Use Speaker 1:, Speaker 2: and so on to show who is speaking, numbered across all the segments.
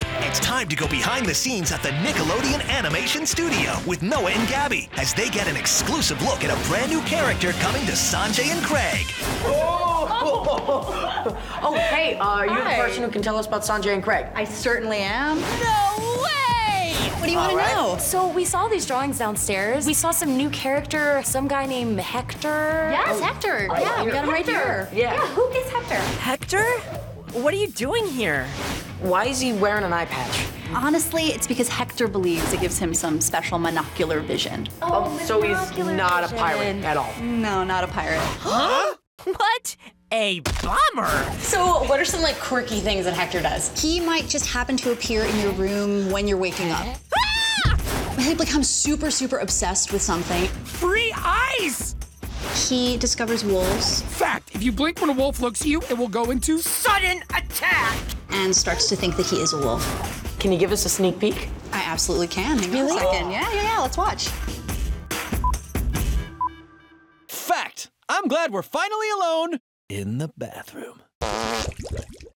Speaker 1: time to go behind the scenes at the Nickelodeon Animation Studio with Noah and Gabby as they get an exclusive look at a brand new character coming to Sanjay and Craig.
Speaker 2: Oh, hey, uh, are you
Speaker 3: Hi.
Speaker 2: the person who can tell us about Sanjay and Craig?
Speaker 3: I certainly am.
Speaker 4: No way! What do you want to know?
Speaker 5: So we saw these drawings downstairs. We saw some new character, some guy named Hector.
Speaker 3: Yes, Hector. yeah, we got him right here.
Speaker 2: Yeah.
Speaker 3: Who is Hector?
Speaker 6: Hector? What are you doing here?
Speaker 2: Why is he wearing an eye patch?
Speaker 3: Honestly, it's because Hector believes it gives him some special monocular vision.
Speaker 2: Oh, so he's not a pirate at all.
Speaker 3: No, not a pirate.
Speaker 6: What? A bummer.
Speaker 7: So, what are some like quirky things that Hector does?
Speaker 8: He might just happen to appear in your room when you're waking up.
Speaker 3: Ah!
Speaker 8: He becomes super, super obsessed with something.
Speaker 9: Free eyes!
Speaker 8: He discovers wolves
Speaker 9: Fact, if you blink when a wolf looks at you, it will go into sudden attack!
Speaker 8: and starts to think that he is a wolf.
Speaker 2: Can you give us a sneak peek?
Speaker 8: I absolutely can. Hang on a second. Yeah, yeah, yeah. Let's watch.
Speaker 10: Fact! I'm glad we're finally alone in the bathroom.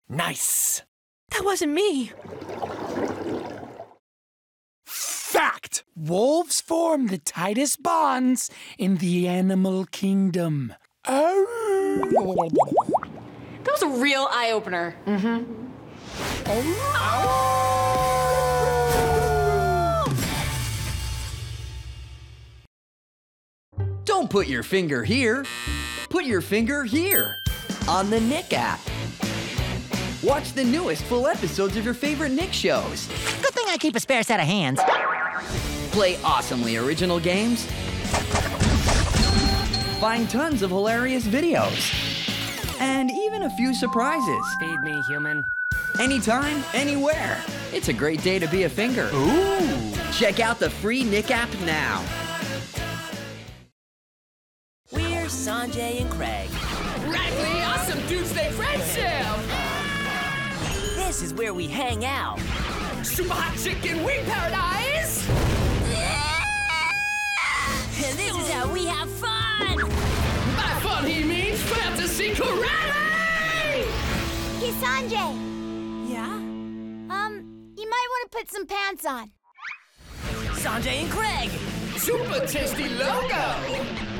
Speaker 10: Nice.
Speaker 6: That wasn't me.
Speaker 9: Fact! Wolves form the tightest bonds in the animal kingdom. Oh.
Speaker 7: That was a real eye opener.
Speaker 10: Don't put your finger here. Put your finger here on the Nick app. Watch the newest full episodes of your favorite Nick shows.
Speaker 6: Good thing I keep a spare set of hands.
Speaker 10: Play awesomely original games. Find tons of hilarious videos. And even a few surprises.
Speaker 2: Feed me, human.
Speaker 10: Anytime, anywhere. It's a great day to be a finger. Ooh. Check out the free Nick app now.
Speaker 6: We're Sanjay and Craig.
Speaker 7: Radically awesome Doomsday Friendship.
Speaker 6: This is where we hang out.
Speaker 7: Super hot chicken wing paradise.
Speaker 5: And this is how we have fun!
Speaker 7: By fun, he means fantasy karate.
Speaker 4: Hey, Sanjay,
Speaker 6: Yeah?
Speaker 4: um, you might want to put some pants on.
Speaker 6: Sanjay and Craig.
Speaker 7: Super tasty logo.